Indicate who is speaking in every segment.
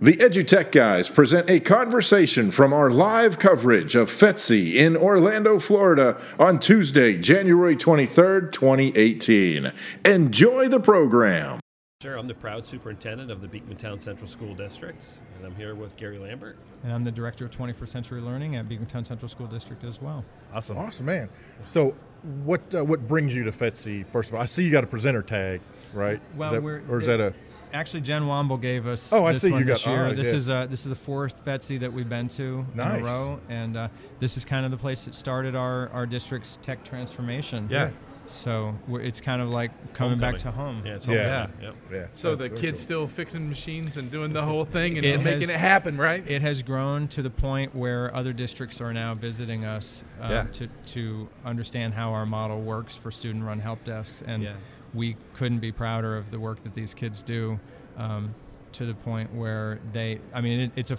Speaker 1: The EduTech guys present a conversation from our live coverage of FETSI in Orlando, Florida on Tuesday, January 23rd, 2018. Enjoy the program.
Speaker 2: Sir, I'm the proud superintendent of the Beekmantown Central School Districts, and I'm here with Gary Lambert.
Speaker 3: And I'm the director of 21st Century Learning at Beacontown Central School District as well.
Speaker 2: Awesome.
Speaker 4: Awesome, man. So, what uh, what brings you to FETC? First of all, I see you got a presenter tag, right? Is
Speaker 3: Well,
Speaker 4: that-
Speaker 3: we're-
Speaker 4: or is that a
Speaker 3: Actually, Jen Womble gave us.
Speaker 4: Oh, I
Speaker 3: this
Speaker 4: see
Speaker 3: one
Speaker 4: you
Speaker 3: this
Speaker 4: got-
Speaker 3: year.
Speaker 4: all right,
Speaker 3: this is
Speaker 4: yes.
Speaker 3: uh, this is the fourth Betsy that we've been to in
Speaker 4: Nice.
Speaker 3: a row, and uh, this is kind of the place that started our our district's tech transformation.
Speaker 5: Yeah.
Speaker 3: So we're, it's kind of like coming back to home.
Speaker 2: Yeah, it's
Speaker 4: Yeah.
Speaker 2: homecoming. Yep.
Speaker 4: yeah?
Speaker 5: So the
Speaker 4: That's
Speaker 5: kids
Speaker 4: really
Speaker 5: still fixing machines and doing the whole thing and
Speaker 3: It
Speaker 5: making
Speaker 3: has-
Speaker 5: it happen, right?
Speaker 3: It has grown to the point where other districts are now visiting us uh,
Speaker 5: Yeah.
Speaker 3: to to understand how our model works for student-run help desks, and
Speaker 5: Yeah.
Speaker 3: we couldn't be prouder of the work that these kids do. Um, to the point where they, I mean, it, it's a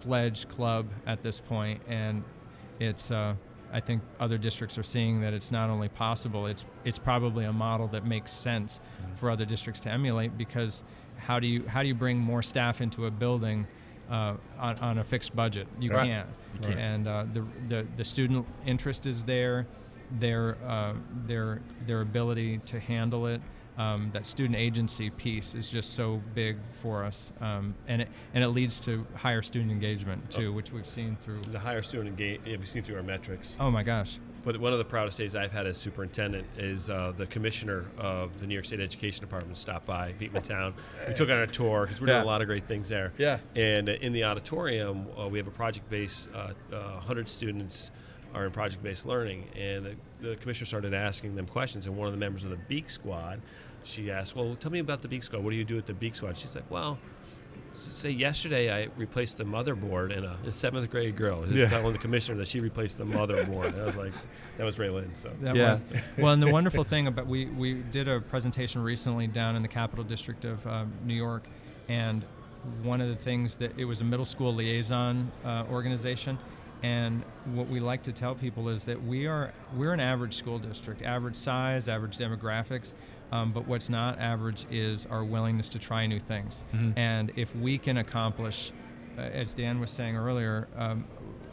Speaker 3: full-fledged club at this point, and it's. Uh, I think other districts are seeing that it's not only possible; it's it's probably a model that makes sense for other districts to emulate because how do you how do you bring more staff into a building uh, on, on a fixed budget. You
Speaker 4: Right.
Speaker 3: can't. And uh, the, the the student interest is there, their uh, their their ability to handle it. Um, that student agency piece is just so big for us, um, and it and it leads to higher student engagement too, which we've seen through.
Speaker 2: The higher student engagement, yeah, we've seen through our metrics.
Speaker 3: Oh my gosh!
Speaker 2: But one of the proudest days I've had as superintendent is uh, the commissioner of the New York State Education Department stopped by Beekmantown. we took on a tour because we're doing
Speaker 5: Yeah.
Speaker 2: a lot of great things there.
Speaker 5: Yeah.
Speaker 2: And uh, in the auditorium, uh, we have a project-based. Uh, uh, Hundred students are in project-based learning, and the, the commissioner started asking them questions. And one of the members of the Beak Squad, she asked, "Well, tell me about the Beak Squad. What do you do at the Beak Squad?" She's like, "Well." s- Say yesterday I replaced the motherboard in a, a seventh grade girl. Just
Speaker 4: Yeah.
Speaker 2: telling the commissioner that she replaced the motherboard. And I was like, that was Raylan. So
Speaker 3: That
Speaker 5: Yeah.
Speaker 3: was. Well, and the wonderful thing about we we did a presentation recently down in the Capital District of um, New York, and one of the things that it was a middle school liaison uh, organization, and what we like to tell people is that we are we're an average school district, average size, average demographics. Um, but what's not average is our willingness to try new things. And if we can accomplish, uh, as Dan was saying earlier, um,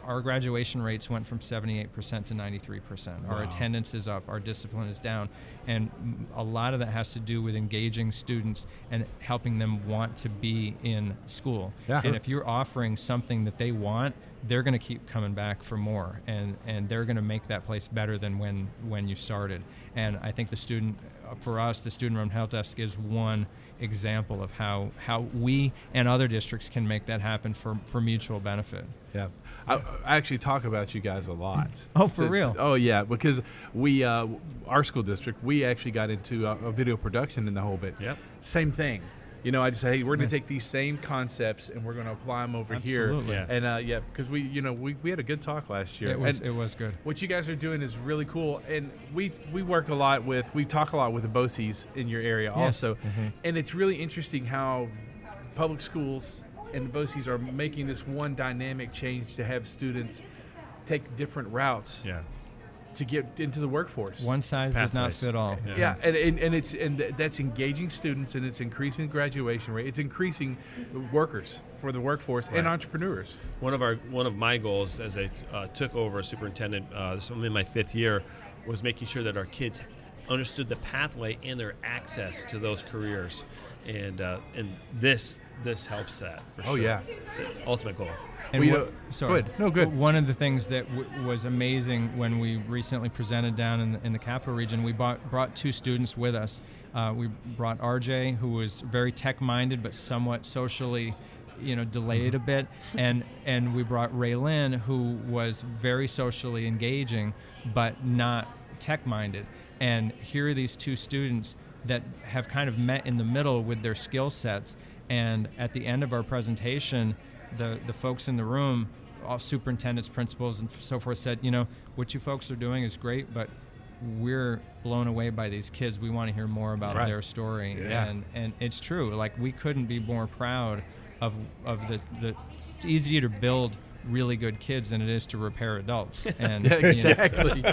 Speaker 3: our graduation rates went from 78% to 93%. Our attendance is up, our discipline is down, and m- a lot of that has to do with engaging students and helping them want to be in school.
Speaker 5: Yeah.
Speaker 3: And if you're offering something that they want, they're going to keep coming back for more, and, and they're going to make that place better than when, when you started. And I think the student, uh, for us, the student-run help desk is one example of how, how we and other districts can make that happen for, for mutual benefit.
Speaker 5: Yeah, I, I actually talk about you guys a lot.
Speaker 3: Oh, for
Speaker 5: Since-
Speaker 3: real?
Speaker 5: Oh, yeah, because we, uh, our school district, we actually got into uh, a video production in the whole bit.
Speaker 2: Yep.
Speaker 5: Same thing. You know, I just said, hey, we're going to take these same concepts and we're going to apply them over
Speaker 3: Absolutely.
Speaker 5: here.
Speaker 2: Yeah.
Speaker 5: And uh, yeah, because we, you know, we, we had a good talk last year.
Speaker 3: It was
Speaker 5: And-
Speaker 3: it was good.
Speaker 5: What you guys are doing is really cool, and we we work a lot with we talk a lot with the BOCES in your area also, and it's really interesting how public schools and the BOCES are making this one dynamic change to have students take different routes
Speaker 2: yeah,
Speaker 5: to get into the workforce.
Speaker 3: One size does not
Speaker 2: Pathways.
Speaker 3: fit all.
Speaker 2: Yeah.
Speaker 5: yeah, and, and, and it's and th- that's engaging students and it's increasing graduation rate. It's increasing workers for the workforce and entrepreneurs.
Speaker 2: one of our one of my goals as I uh, took over as superintendent, uh, this I'm in my fifth year, was making sure that our kids understood the pathway and their access to those careers, and uh, and this this helps that. For
Speaker 5: Oh,
Speaker 2: sure.
Speaker 5: yeah.
Speaker 2: it's the ultimate goal.
Speaker 3: And
Speaker 5: Well, you
Speaker 3: what-
Speaker 5: know- good. No, good.
Speaker 3: One of the things that w- was amazing when we recently presented down in the, in the capital region, we bought, brought two students with us. Uh, we brought RJ, who was very tech-minded but somewhat socially, you know, delayed a
Speaker 5: Mm-hmm.
Speaker 3: bit, and and we brought Raylin, who was very socially engaging but not tech-minded. And here are these two students that have kind of met in the middle with their skill sets. And at the end of our presentation, the, the folks in the room, all superintendents, principals, and so forth, said, you know, what you folks are doing is great, but we're blown away by these kids. We want to hear more about
Speaker 5: Right.
Speaker 3: their story.
Speaker 5: Yeah.
Speaker 3: And, and it's true. Like, we couldn't be more proud of, of the, the, it's easier to build really good kids than it is to repair adults. And
Speaker 5: Yeah,
Speaker 3: you know,
Speaker 5: exactly,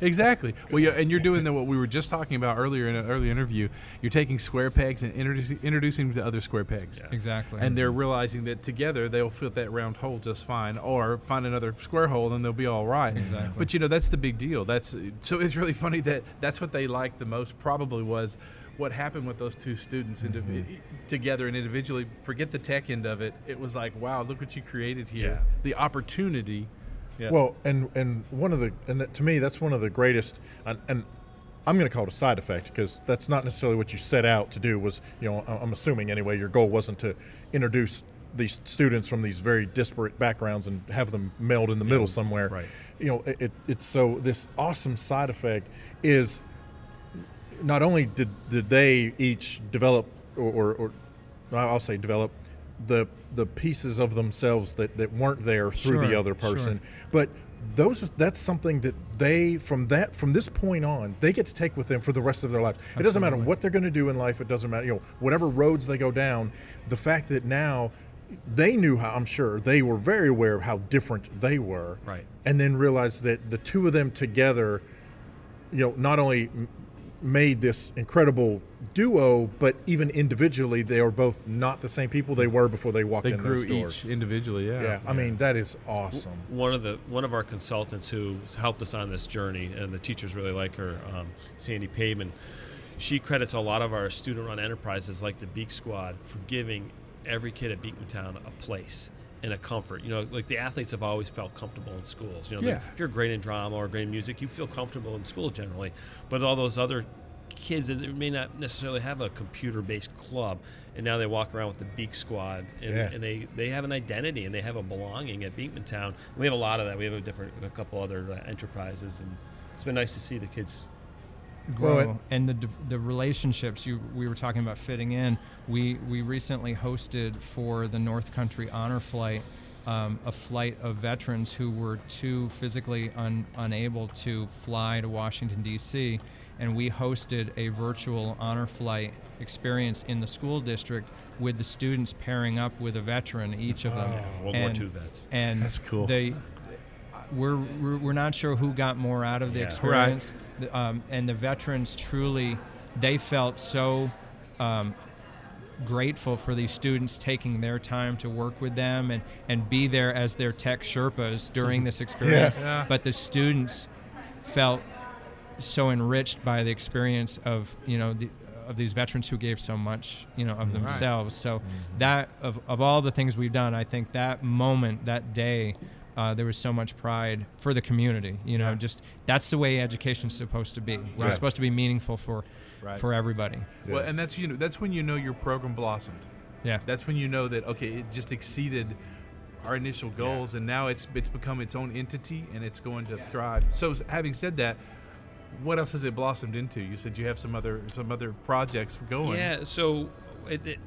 Speaker 5: exactly. Well, yeah, and you're doing the, what we were just talking about earlier in an early interview. You're taking square pegs and introducing introducing them to other square pegs,
Speaker 3: exactly.
Speaker 5: and they're realizing that together they'll fit that round hole just fine, or find another square hole and they'll be all right.
Speaker 3: Exactly.
Speaker 5: But you know that's the big deal. That's so it's really funny that that's what they liked the most. Probably was what happened with those two students indiv- together and individually. Forget the tech end of it. It was like, wow, look what you created here.
Speaker 2: Yeah.
Speaker 5: The opportunity. Yeah.
Speaker 4: Well, and and one of the and that, to me that's one of the greatest and, and I'm going to call it a side effect because that's not necessarily what you set out to do. Was you know I- I'm assuming anyway your goal wasn't to introduce these students from these very disparate backgrounds and have them meld in the middle somewhere.
Speaker 2: right.
Speaker 4: You know it, it, it's so this awesome side effect is not only did, did they each develop or, or, or I'll say develop the the pieces of themselves that, that weren't there through the
Speaker 3: Sure,
Speaker 4: other person.
Speaker 3: sure.
Speaker 4: But those that's something that they from that from this point on they get to take with them for the rest of their lives. It doesn't matter what they're going to do in life. It doesn't matter you know whatever roads they go down. The fact that now they knew how I'm sure they were very aware of how different they were.
Speaker 2: Right.
Speaker 4: And then realized that the two of them together you know, not only m- made this incredible duo, but even individually, they are both not the same people they were before they walked
Speaker 5: They
Speaker 4: in
Speaker 5: grew
Speaker 4: those doors.
Speaker 5: each individually. Yeah.
Speaker 4: Yeah, I mean that is awesome.
Speaker 2: one of the one of our consultants who has helped us on this journey, and the teachers really like her, um, Sandy Payman. She credits a lot of our student-run enterprises, like the Beak Squad, for giving every kid at Beekmantown a place and a comfort. You know, like the athletes have always felt comfortable in schools. You know, they-
Speaker 5: Yeah.
Speaker 2: if you're great in drama or great in music, you feel comfortable in school generally. But all those other kids that may not necessarily have a computer-based club, and now they walk around with the Beak Squad, and,
Speaker 4: Yeah.
Speaker 2: and they they have an identity and they have a belonging at Beekmantown. We have a lot of that. We have a different, a couple other uh, enterprises, and it's been nice to see the kids.
Speaker 4: Well,
Speaker 3: grow
Speaker 4: it-
Speaker 3: and the, d- the relationships you we were talking about fitting in we we recently hosted for the north country honor flight um, a flight of veterans who were too physically un, unable to fly to washington d.c and we hosted a virtual honor flight experience in the school district with the students pairing up with a veteran each of them
Speaker 2: Oh, World War
Speaker 3: and,
Speaker 2: II vets.
Speaker 3: and
Speaker 5: That's cool.
Speaker 3: they we're, we're, we're not sure who got more out of the
Speaker 2: Yeah.
Speaker 3: experience. The, um, and the veterans truly, they felt so um, grateful for these students taking their time to work with them and, and be there as their tech Sherpas during this experience.
Speaker 5: Yeah.
Speaker 3: But the students felt so enriched by the experience of you know the, of these veterans who gave so much you know of themselves. So
Speaker 5: Mm-hmm.
Speaker 3: that of, of all the things we've done, I think that moment, that day, uh, there was so much pride for the community. You know, just that's the way education's supposed to be. We're
Speaker 5: Right.
Speaker 3: supposed to be meaningful for
Speaker 5: Right.
Speaker 3: for everybody.
Speaker 5: Well, and that's you know that's when you know your program blossomed.
Speaker 3: Yeah.
Speaker 5: That's when you know that okay, it just exceeded our initial goals, and now it's it's become its own entity, and it's going to thrive. So, s- having said that, what else has it blossomed into? You said you have some other some other projects going.
Speaker 2: Yeah. So it, it,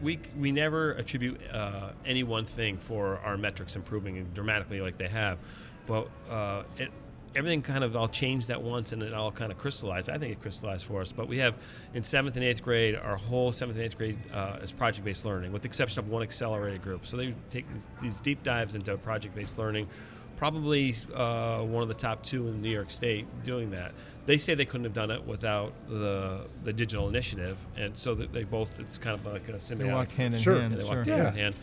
Speaker 2: we we never attribute uh, any one thing for our metrics improving dramatically like they have, but uh, it. Everything kind of all changed at once, and it all kind of crystallized. I think it crystallized for us. But we have in seventh and eighth grade, our whole seventh and eighth grade uh, is project-based learning, with the exception of one accelerated group. So they take these- these deep dives into project-based learning, probably uh, one of the top two in New York State doing that. They say they couldn't have done it without the the digital initiative, and so that they both it's kind of like a symbiotic.
Speaker 3: They walked hand in
Speaker 4: Sure.
Speaker 3: hand.
Speaker 2: Yeah, they
Speaker 3: sure.
Speaker 2: walked hand in hand.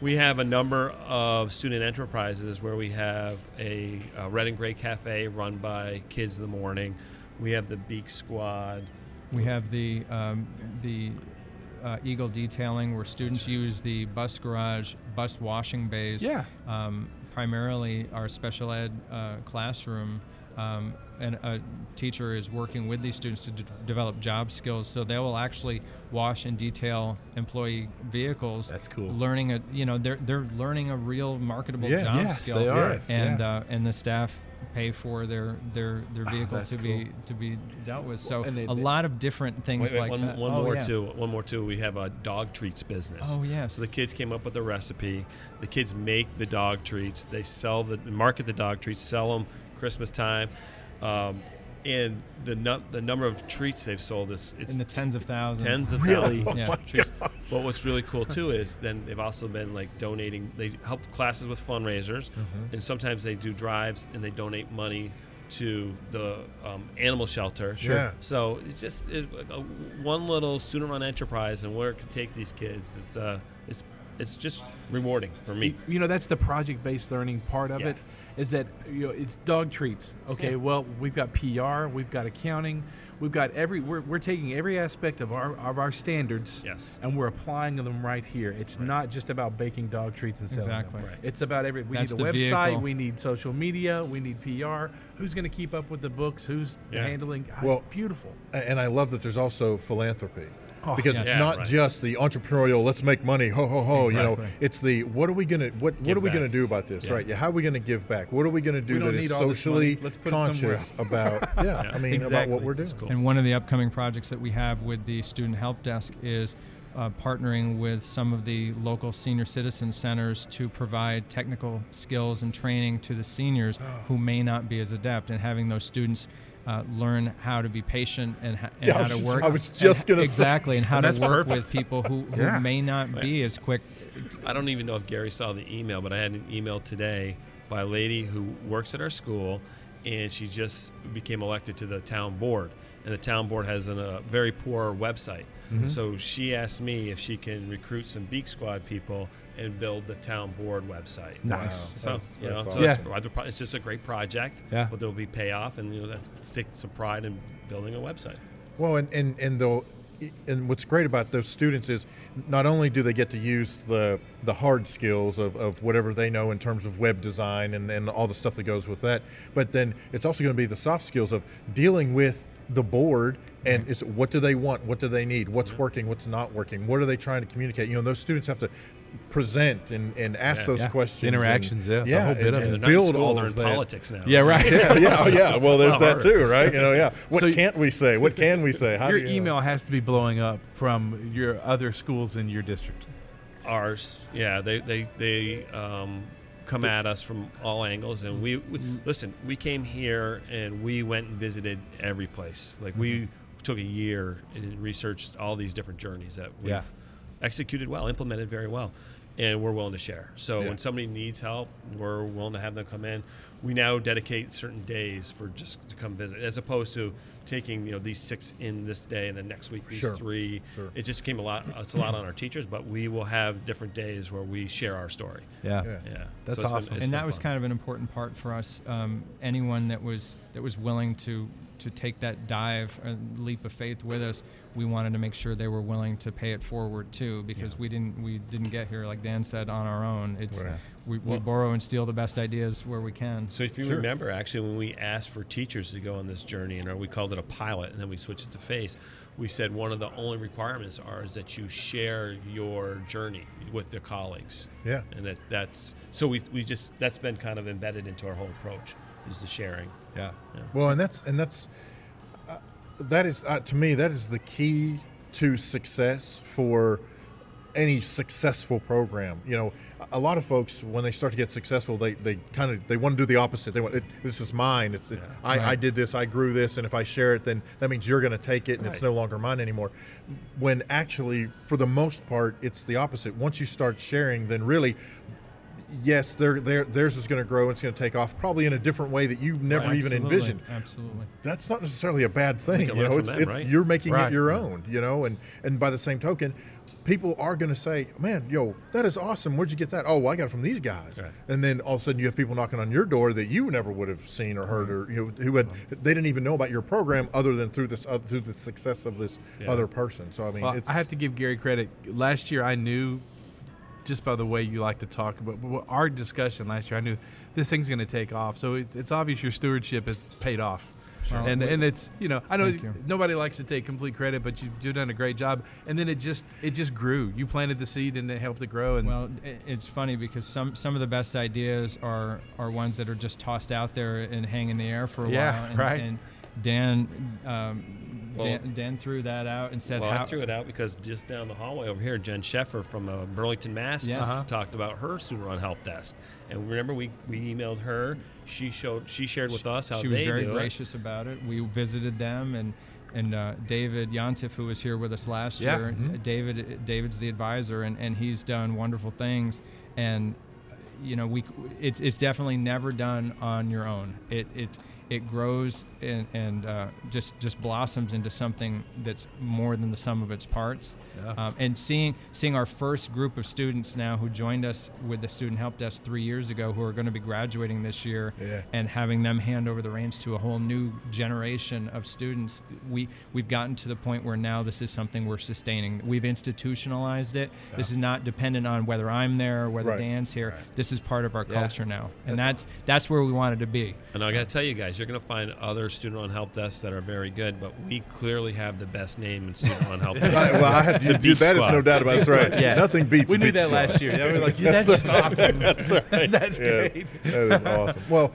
Speaker 2: We have a number of student enterprises where we have a, uh red and gray cafe run by kids in the morning. We have the Beak Squad.
Speaker 3: We have the um, the uh, Eagle detailing where students use the bus garage, bus washing bays.
Speaker 5: Yeah.
Speaker 3: Um, primarily our special ed uh, classroom. Um, and a teacher is working with these students to d- develop job skills, so they will actually wash and detail employee vehicles.
Speaker 5: That's cool.
Speaker 3: Learning a, you know, they're they're learning a real marketable
Speaker 4: Yeah,
Speaker 3: job
Speaker 5: yes,
Speaker 3: skill.
Speaker 5: they are.
Speaker 4: Yes.
Speaker 3: And uh, and the staff pay for their their their vehicle
Speaker 5: Ah, that's
Speaker 3: to be to be dealt with. So
Speaker 5: and it-
Speaker 3: a lot of different things
Speaker 2: Wait, wait,
Speaker 3: like
Speaker 2: one,
Speaker 3: that.
Speaker 2: one
Speaker 3: Oh,
Speaker 2: more
Speaker 3: yeah.
Speaker 2: too. One more too. We have a dog treats business.
Speaker 3: Oh, yes.
Speaker 2: So the kids came up with a recipe. The kids make the dog treats. They sell the market the dog treats. Sell them Christmas time. Um, and the num- the number of treats they've sold is it's
Speaker 3: in the tens of thousands.
Speaker 2: tens of
Speaker 4: Really?
Speaker 2: thousands.
Speaker 3: Yeah.
Speaker 4: Oh my
Speaker 2: of trees.
Speaker 4: gosh.
Speaker 2: But what's really cool too is then they've also been like donating. They help classes with fundraisers,
Speaker 4: Mm-hmm.
Speaker 2: and sometimes they do drives and they donate money to the um, animal shelter.
Speaker 4: Sure. Yeah.
Speaker 2: So it's just it, a, one little student-run enterprise, and where it can take these kids is uh, it's it's just rewarding for me.
Speaker 5: you know that's the project-based learning part of
Speaker 2: Yeah.
Speaker 5: it is that you know it's dog treats okay well we've got pr we've got accounting we've got every we're, we're taking every aspect of our of our standards
Speaker 2: Yes.
Speaker 5: and we're applying them right here it's not just about baking dog treats and selling
Speaker 3: Exactly.
Speaker 5: them
Speaker 3: Right.
Speaker 5: it's about every we
Speaker 3: That's
Speaker 5: need a
Speaker 3: the
Speaker 5: website
Speaker 3: vehicle.
Speaker 5: we need social media we need pr who's going to keep up with the books who's
Speaker 2: Yeah.
Speaker 5: handling Ah,
Speaker 4: Well-
Speaker 5: beautiful
Speaker 4: A- And I love that there's also philanthropy.
Speaker 5: Oh,
Speaker 4: because
Speaker 5: yeah.
Speaker 4: it's
Speaker 2: Yeah,
Speaker 4: not
Speaker 2: right.
Speaker 4: just the entrepreneurial, let's make money, ho ho ho. You know,
Speaker 3: Exactly.
Speaker 4: it's the what are we gonna what what
Speaker 2: Give
Speaker 4: are we
Speaker 2: back.
Speaker 4: gonna do about this,
Speaker 2: Yeah.
Speaker 4: right? Yeah, how are we gonna give back? What are we gonna do
Speaker 5: We don't
Speaker 4: that is
Speaker 5: need all this
Speaker 4: socially
Speaker 5: money. Let's put it somewhere
Speaker 4: conscious about? Yeah, I mean about what
Speaker 5: Exactly.
Speaker 4: we're doing.
Speaker 5: That's
Speaker 2: cool.
Speaker 3: And one of the upcoming projects that we have with the Student Help Desk is uh, partnering with some of the local senior citizen centers to provide technical skills and training to the seniors
Speaker 4: Oh.
Speaker 3: who may not be as adept, and having those students. Uh, learn how to be patient and, ho- and
Speaker 4: Yeah, I
Speaker 3: how
Speaker 4: was
Speaker 3: to
Speaker 4: just-
Speaker 3: work.
Speaker 4: I was
Speaker 3: and
Speaker 4: just
Speaker 3: ho-
Speaker 4: gonna say-
Speaker 3: exactly, and how to
Speaker 5: That's
Speaker 3: work
Speaker 5: perfect.
Speaker 3: with people who, who
Speaker 5: Yeah.
Speaker 3: may not be as quick.
Speaker 2: I don't even know if Gary saw the email, but I had an email today by a lady who works at our school, and she just became elected to the town board. And the town board has an, a very poor website.
Speaker 4: Mm-hmm.
Speaker 2: So she asked me if she can recruit some Beak Squad people and build the town board website.
Speaker 5: nice
Speaker 2: So,
Speaker 4: That's-
Speaker 2: you know,
Speaker 4: that's
Speaker 2: so
Speaker 5: awesome.
Speaker 2: it's, rather pro- it's just a great project,
Speaker 5: Yeah.
Speaker 2: but there'll be payoff, and you know, that's take some pride in building a website.
Speaker 4: Well, and and and though, and what's great about those students is not only do they get to use the the hard skills of, of whatever they know in terms of web design and, and all the stuff that goes with that, but then it's also going to be the soft skills of dealing with the board
Speaker 6: Mm-hmm.
Speaker 4: and is what do they want what do they need what's working what's not working what are they trying to communicate you know those students have to present and, and ask
Speaker 2: Yeah.
Speaker 4: those
Speaker 6: Yeah.
Speaker 4: questions
Speaker 6: The interactions,
Speaker 4: and,
Speaker 6: yeah, the whole bit
Speaker 4: and,
Speaker 6: of it.
Speaker 2: They're
Speaker 4: and
Speaker 2: not in
Speaker 4: build
Speaker 2: school,
Speaker 4: all
Speaker 2: they're
Speaker 4: of
Speaker 2: in
Speaker 4: that
Speaker 2: politics now.
Speaker 6: Yeah, right.
Speaker 4: yeah, yeah, oh, yeah. Well, there's
Speaker 2: lot
Speaker 4: that
Speaker 2: harder.
Speaker 4: too, right? You know, yeah. What
Speaker 5: So-
Speaker 4: can't we say? What can we say? How
Speaker 5: your
Speaker 4: do you
Speaker 5: email has to be blowing up from your other schools in your district
Speaker 2: ours. Yeah, they they they um, come at us from all angles, and we, we listen. We came here and we went and visited every place. Like we took a year and researched all these different journeys that we've
Speaker 5: Yeah.
Speaker 2: executed well, implemented very well, and we're willing to share. So when somebody needs help, we're willing to have them come in. We now dedicate certain days for just to come visit, as opposed to taking you know these six in this day and then next week these
Speaker 4: Sure.
Speaker 2: three. It just came a lot. It's a lot on our teachers, but we will have different days where we share our story.
Speaker 4: Yeah.
Speaker 2: Yeah,
Speaker 5: That's
Speaker 2: it's been-
Speaker 5: awesome.
Speaker 2: it's
Speaker 3: and
Speaker 2: been
Speaker 3: that was
Speaker 2: fun.
Speaker 3: kind of an important part for us. Um, anyone that was that was willing to to take that dive and leap of faith with us, we wanted to make sure they were willing to pay it forward too, because we didn't we didn't get here like Dan said on our own. It's
Speaker 4: Right.
Speaker 3: we, we borrow and steal the best ideas where we can.
Speaker 2: So if you remember, actually, when we asked for teachers to go on this journey, and uh, we called it a pilot, and then we switched it to phase, we said one of the only requirements are is that you share your journey with your colleagues.
Speaker 4: Yeah.
Speaker 2: and that that's so we we just that's been kind of embedded into our whole approach is the sharing.
Speaker 6: Yeah.
Speaker 4: Well, and that's and that's uh, that is uh, to me that is the key to success for any successful program. You know, a- a lot of folks when they start to get successful, they they kind of they want to do the opposite. They want it, this is mine. It's it, I, I
Speaker 3: Right.
Speaker 4: did this, I grew this, and if I share it, then that means you're going to take it, and it's no longer mine anymore. When actually, for the most part, it's the opposite. Once you start sharing, then really yes, their their theirs is going to grow and it's going to take off, probably in a different way that you never even
Speaker 3: Absolutely,
Speaker 4: envisioned.
Speaker 3: Absolutely.
Speaker 4: That's not necessarily a bad thing.
Speaker 2: can
Speaker 4: You
Speaker 2: learn
Speaker 4: know,
Speaker 2: from
Speaker 4: it's,
Speaker 2: them,
Speaker 4: it's
Speaker 2: right?
Speaker 4: you're making
Speaker 5: Right.
Speaker 4: it your own. You know, and and by the same token, people are going to say, "Man, yo, that is awesome. Where'd you get that? Oh, well, I got it from these guys."
Speaker 2: Right.
Speaker 4: And then all of a sudden, you have people knocking on your door that you never would have seen or heard, or you know, who had
Speaker 2: Uh-huh.
Speaker 4: they didn't even know about your program other than through this other through the success of this other person. So I mean,
Speaker 5: Well,
Speaker 4: it's,
Speaker 5: I have to give Gary credit. Last year, I knew just by the way you like to talk about but our discussion last year, I knew this thing's going to take off. So it's, it's obvious your stewardship has paid off.
Speaker 3: Well,
Speaker 5: and
Speaker 3: we-
Speaker 5: and it's you know I know
Speaker 3: Thank you.
Speaker 5: nobody likes to take complete credit, but you've, you've done a great job. And then it just it just grew. You planted the seed and it helped it grow. And
Speaker 3: Well, i- it's funny because some some of the best ideas are are ones that are just tossed out there and hang in the air for a
Speaker 5: Yeah,
Speaker 3: while. And,
Speaker 5: right.
Speaker 3: And Dan um,
Speaker 2: Well-
Speaker 3: Dan, Dan threw that out and said,
Speaker 2: Well,
Speaker 3: how,
Speaker 2: I threw it out because just down the hallway over here, Jen Sheffer from uh, Burlington, Mass,
Speaker 3: Yes. Uh-huh.
Speaker 2: talked about her sewer on help desk. And remember, we, we emailed her. She showed she shared with us how
Speaker 3: she was
Speaker 2: they
Speaker 3: very
Speaker 2: do it.
Speaker 3: gracious about it. We visited them and and uh, David Yontif, who was here with us last
Speaker 5: Yeah. Mm-hmm.
Speaker 3: year, David David's the advisor, and, and he's done wonderful things. And uh, you know, we c- it's it's definitely never done on your own. It it it grows and, and uh, just just blossoms into something that's more than the sum of its parts.
Speaker 5: Yeah.
Speaker 3: Um, and seeing seeing our first group of students now who joined us with the student help desk three years ago, who are going to be graduating this year,
Speaker 4: Yeah.
Speaker 3: and having them hand over the reins to a whole new generation of students we we've gotten to the point where now this is something we're sustaining we've institutionalized it this is not dependent on whether i'm there or whether
Speaker 4: Right.
Speaker 3: dan's here this is part of our
Speaker 5: Yeah.
Speaker 3: culture now and that's that's where we wanted to be
Speaker 2: And I got to tell you guys, you're going to find other student on help desks that are very good, but we clearly have the best name in student on help
Speaker 4: I,
Speaker 2: desk.
Speaker 4: well, I had you,
Speaker 2: The
Speaker 4: you,
Speaker 2: Beak
Speaker 4: that is
Speaker 2: Squad.
Speaker 4: no doubt about it. That's right.
Speaker 5: Yeah.
Speaker 4: Nothing beats.
Speaker 5: We
Speaker 4: the
Speaker 5: knew
Speaker 4: Beak
Speaker 5: that
Speaker 4: Squad.
Speaker 5: last year. Yeah, we were like, yeah, that's just awesome.
Speaker 4: that's right.
Speaker 5: That's
Speaker 4: Yes.
Speaker 5: great.
Speaker 4: That is awesome. Well,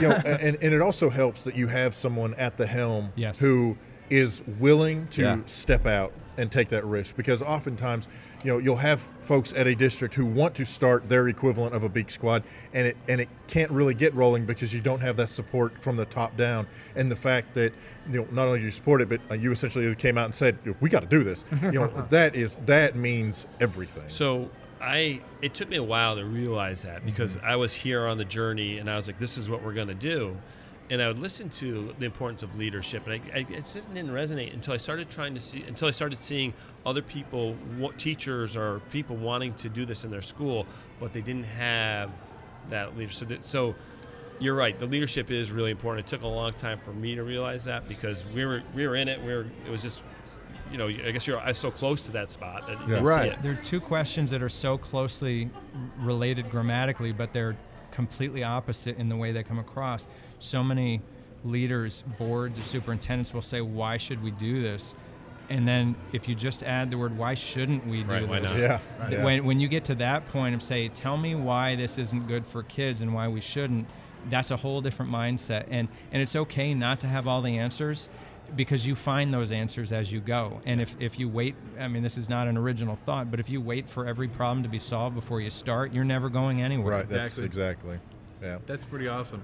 Speaker 4: you know, a- and, and it also helps that you have someone at the helm
Speaker 3: Yes.
Speaker 4: who is willing to
Speaker 5: Yeah.
Speaker 4: step out and take that risk because oftentimes, you know, you'll have folks at a district who want to start their equivalent of a beak squad and it and it can't really get rolling because you don't have that support from the top down and the fact that you know not only do you support it but uh, you essentially came out and said we got to do this. You know, that is that means everything.
Speaker 2: So I it took me a while to realize that because I was here on the journey and I was like, this is what we're going to do. And I would listen to the importance of leadership, and I, I, it just didn't resonate until I started trying to see, until I started seeing other people, what, teachers or people wanting to do this in their school, but they didn't have that leadership. So, that, so you're right. The leadership is really important. It took a long time for me to realize that because we were we were in it. We were, it was just, you know, I guess you're I was so close to that spot that you didn't see
Speaker 4: Right.
Speaker 2: it.
Speaker 3: there are two questions that are so closely related grammatically, but they're completely opposite in the way they come across. So many leaders, boards, or superintendents will say, "Why should we do this?" And then if you just add the word, "Why shouldn't we do
Speaker 2: Right,
Speaker 3: this?"
Speaker 2: why not?
Speaker 4: yeah.
Speaker 3: Th-
Speaker 4: yeah.
Speaker 3: When, when you get to that point of say, tell me why this isn't good for kids and why we shouldn't, that's a whole different mindset. And, and it's okay not to have all the answers because you find those answers as you go. And if, if you wait, I mean, this is not an original thought, but if you wait for every problem to be solved before you start, you're never going anywhere.
Speaker 4: Right, that's exactly. Yeah.
Speaker 5: That's pretty awesome.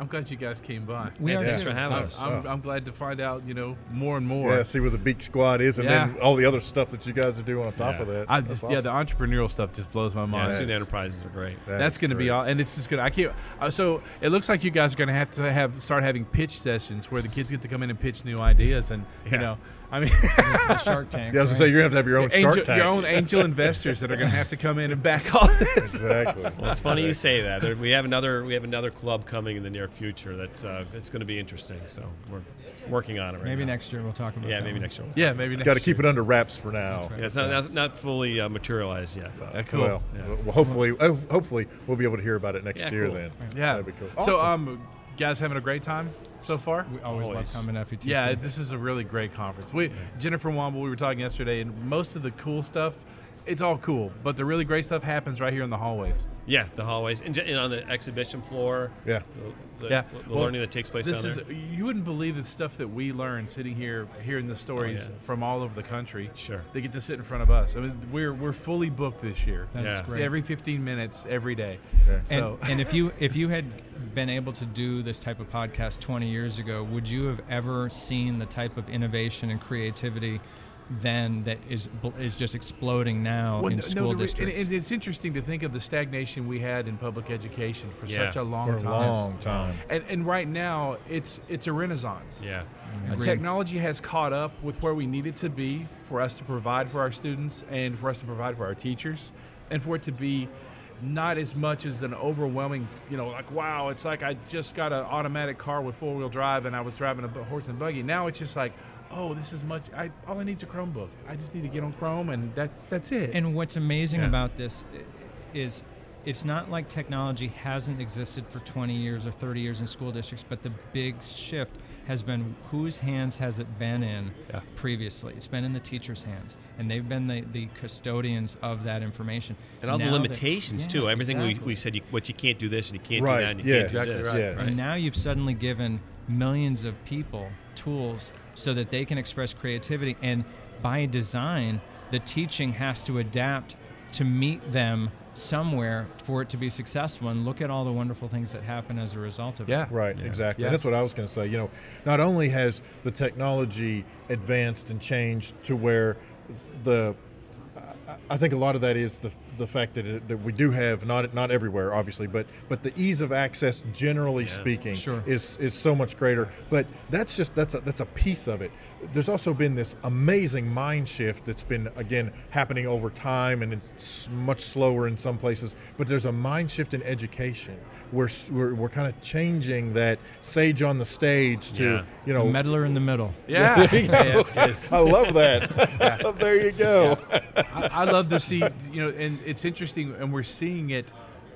Speaker 5: I'm glad you guys came by.
Speaker 3: We
Speaker 2: Yeah,
Speaker 3: are
Speaker 2: thanks
Speaker 3: too.
Speaker 2: for having
Speaker 5: I'm,
Speaker 2: us.
Speaker 5: I'm, I'm glad to find out, you know, more and more.
Speaker 4: Yeah, see where the Beak Squad is, and then
Speaker 5: Yeah.
Speaker 4: all the other stuff that you guys are doing on top of that.
Speaker 5: I
Speaker 4: That's
Speaker 5: just yeah, the
Speaker 4: awesome.
Speaker 5: entrepreneurial stuff just blows my
Speaker 2: Yeah,
Speaker 5: mind.
Speaker 2: student enterprises are great.
Speaker 4: That
Speaker 5: That's
Speaker 4: is
Speaker 5: going to be
Speaker 4: great.
Speaker 5: all, and it's just going to. I can't. Uh, so it looks like you guys are going to have to have start having pitch sessions where the kids get to come in and pitch new ideas, and you know, I mean,
Speaker 3: The Shark Tank.
Speaker 4: Yeah, I was
Speaker 3: right?
Speaker 4: gonna say you're gonna have to have your own
Speaker 5: angel,
Speaker 4: Shark Tank.
Speaker 5: your own angel investors that are going to have to come in and back all this.
Speaker 4: exactly.
Speaker 2: Well, it's funny you say that. There, we have another we have another club coming in the near future. That's uh, it's going to be interesting. So we're working on it right
Speaker 3: Maybe
Speaker 2: now.
Speaker 3: next year we'll talk about
Speaker 2: Yeah,
Speaker 3: that
Speaker 2: maybe
Speaker 3: one.
Speaker 2: next year.
Speaker 5: Yeah, maybe.
Speaker 4: Got to keep it under wraps for now.
Speaker 3: right.
Speaker 2: Yeah, it's not not, not fully uh, materialized yet.
Speaker 5: Yeah, cool.
Speaker 4: Well,
Speaker 2: Yeah.
Speaker 4: well, hopefully, oh, hopefully we'll be able to hear about it next
Speaker 2: Yeah,
Speaker 4: year
Speaker 2: cool.
Speaker 4: then.
Speaker 5: yeah,
Speaker 4: that'd be cool.
Speaker 5: So,
Speaker 4: Awesome.
Speaker 5: um, guys, having a great time so far.
Speaker 3: We always,
Speaker 2: Always.
Speaker 3: love coming to FETC.
Speaker 5: Yeah, this is a really great conference. We Jennifer Womble, we were talking yesterday, and most of the cool stuff, it's all cool, but the really great stuff happens right here in the hallways.
Speaker 2: Yeah, the hallways and, j- and on the exhibition floor.
Speaker 4: Yeah.
Speaker 2: the, the,
Speaker 5: Yeah.
Speaker 2: the
Speaker 5: Well,
Speaker 2: learning that takes place
Speaker 5: This
Speaker 2: down
Speaker 5: is
Speaker 2: there.
Speaker 5: you wouldn't believe the stuff that we learn sitting here, hearing the stories
Speaker 2: Oh, yeah.
Speaker 5: from all over the country.
Speaker 2: Sure.
Speaker 5: they get to sit in front of us. I mean, we're we're fully booked this year.
Speaker 3: That's
Speaker 2: Yeah.
Speaker 3: great.
Speaker 5: Every 15 minutes, every day.
Speaker 4: Yeah.
Speaker 5: So
Speaker 3: and, and if you if you had been able to do this type of podcast 20 years ago, would you have ever seen the type of innovation and creativity then that is bl- is just exploding now in
Speaker 5: no,
Speaker 3: school
Speaker 5: the re-
Speaker 3: districts?
Speaker 5: and, and it's interesting to think of the stagnation we had in public education for
Speaker 2: Yeah.
Speaker 5: such a long
Speaker 4: for a
Speaker 5: time.
Speaker 4: long time.
Speaker 5: And, and right now, it's it's a renaissance.
Speaker 2: Yeah,
Speaker 5: Uh,
Speaker 3: Agreed.
Speaker 5: technology has caught up with where we need it to be for us to provide for our students and for us to provide for our teachers and for it to be not as much as an overwhelming, you know, like, wow, it's like I just got an automatic car with four wheel drive and I was driving a bu- horse and buggy. Now it's just like, oh, this is much. I, all I need is a Chromebook. I just need to get on Chrome and that's that's it.
Speaker 3: And what's amazing
Speaker 2: Yeah.
Speaker 3: about this i- is it's not like technology hasn't existed for 20 years or 30 years in school districts, but the big shift has been whose hands has it been in previously? It's been in the teacher's hands, and they've been the, the custodians of that information.
Speaker 2: and all
Speaker 3: Now
Speaker 2: the
Speaker 3: that-
Speaker 2: limitations
Speaker 3: Yeah,
Speaker 2: too. Everything
Speaker 3: exactly.
Speaker 2: we, we said, you, what you can't do this and you can't do that,
Speaker 4: Right.
Speaker 2: and you
Speaker 4: Yes.
Speaker 2: can't do this.
Speaker 4: yes.
Speaker 3: And now you've suddenly given millions of people tools so that they can express creativity. And by design, the teaching has to adapt to meet them somewhere for it to be successful. And look at all the wonderful things that happen as a result of
Speaker 5: Yeah.
Speaker 3: it.
Speaker 4: Right, exactly.
Speaker 5: Yeah.
Speaker 4: That's what I was going to say. You know, not only has the technology advanced and changed to where the I- I think a lot of that is the the fact that, it, that we do have not not everywhere, obviously, but but the ease of access, generally speaking,
Speaker 3: Sure.
Speaker 4: is is so much greater. But that's just that's a, that's a piece of it. There's also been this amazing mind shift that's been again happening over time, and it's much slower in some places. But there's a mind shift in education. We're s- we're, we're kind of changing that sage on the stage to
Speaker 2: Yeah.
Speaker 4: you
Speaker 3: The
Speaker 4: know.
Speaker 3: meddler in the middle.
Speaker 5: Yeah, Yeah, that's good.
Speaker 4: I love that. there you go.
Speaker 5: I, I love to see, you know, and it's interesting, and we're seeing it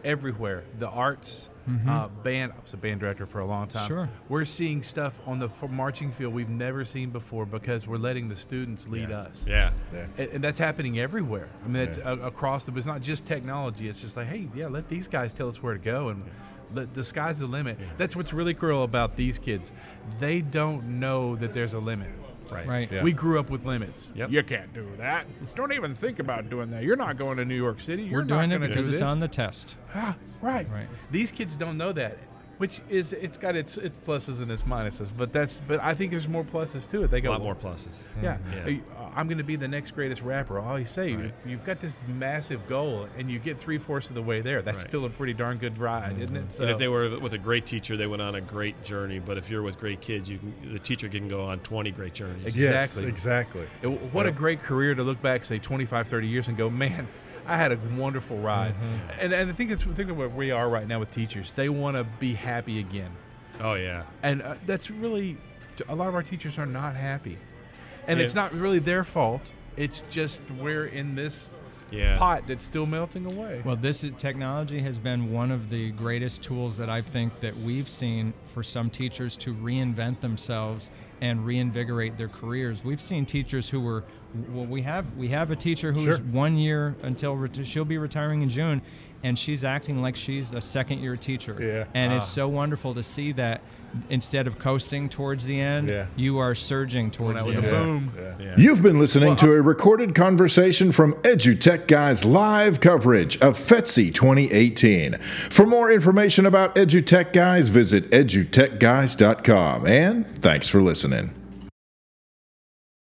Speaker 5: everywhere. The arts,
Speaker 2: Mm-hmm.
Speaker 5: uh, band. I was a band director for a long time.
Speaker 3: Sure.
Speaker 5: We're seeing stuff on the f- marching field we've never seen before because we're letting the students lead us.
Speaker 2: Yeah.
Speaker 4: Yeah.
Speaker 5: And, and that's happening everywhere. I mean, it's a across the. It's not just technology. It's just like, hey, yeah, let these guys tell us where to go, and let, the sky's the limit. That's what's really cool about these kids. They don't know that there's a limit.
Speaker 2: Right.
Speaker 3: Right.
Speaker 4: Yeah.
Speaker 5: We grew up with limits.
Speaker 2: Yep.
Speaker 5: You can't do that. Don't even think about doing that. You're not going to New York City. You're
Speaker 3: We're doing
Speaker 5: not
Speaker 3: it
Speaker 5: gonna
Speaker 3: because
Speaker 5: do
Speaker 3: it's
Speaker 5: this.
Speaker 3: on the test.
Speaker 5: Ah, right.
Speaker 3: Right.
Speaker 5: These kids don't know that, which is it's got its its pluses and its minuses. But that's but I think there's more pluses to it. They
Speaker 2: A
Speaker 5: go
Speaker 2: lot more pluses.
Speaker 5: Yeah,
Speaker 2: Yeah.
Speaker 5: Hey, uh, I'm going to be the next greatest rapper. I always say
Speaker 2: Right.
Speaker 5: if you've got this massive goal and you get three fourths of the way there, that's
Speaker 2: Right.
Speaker 5: still a pretty darn good ride, isn't it? So
Speaker 2: And if they were with a great teacher, they went on a great journey. But if you're with great kids, you can, the teacher can go on 20 great journeys.
Speaker 5: Exactly.
Speaker 4: Yes, exactly.
Speaker 5: It- what a great career to look back, say 25, 30 years and go, man, I had a wonderful ride. And, and I think it's think of where we are right now with teachers. They want to be happy again.
Speaker 2: Oh yeah.
Speaker 5: And uh, that's really, a lot of our teachers are not happy. And it's
Speaker 2: Yeah.
Speaker 5: not really their fault. It's just we're in this
Speaker 2: Yeah.
Speaker 5: pot that's still melting away.
Speaker 3: Well, this is, technology has been one of the greatest tools that I think that we've seen for some teachers to reinvent themselves and reinvigorate their careers. We've seen teachers who were well, we have we have a teacher who's
Speaker 4: Sure.
Speaker 3: one year until reti- she'll be retiring in June, and she's acting like she's a second year teacher.
Speaker 4: Yeah. Ah.
Speaker 3: and it's so wonderful to see that instead of coasting towards the end,
Speaker 4: Yeah.
Speaker 3: you are surging towards
Speaker 5: out
Speaker 3: the end.
Speaker 5: with a Boom.
Speaker 4: Yeah.
Speaker 1: You've been listening to a recorded conversation from EduTech Guy's live coverage of FETSI 2018. For more information about EduTech Guys, visit edutechguys.com. And thanks for listening.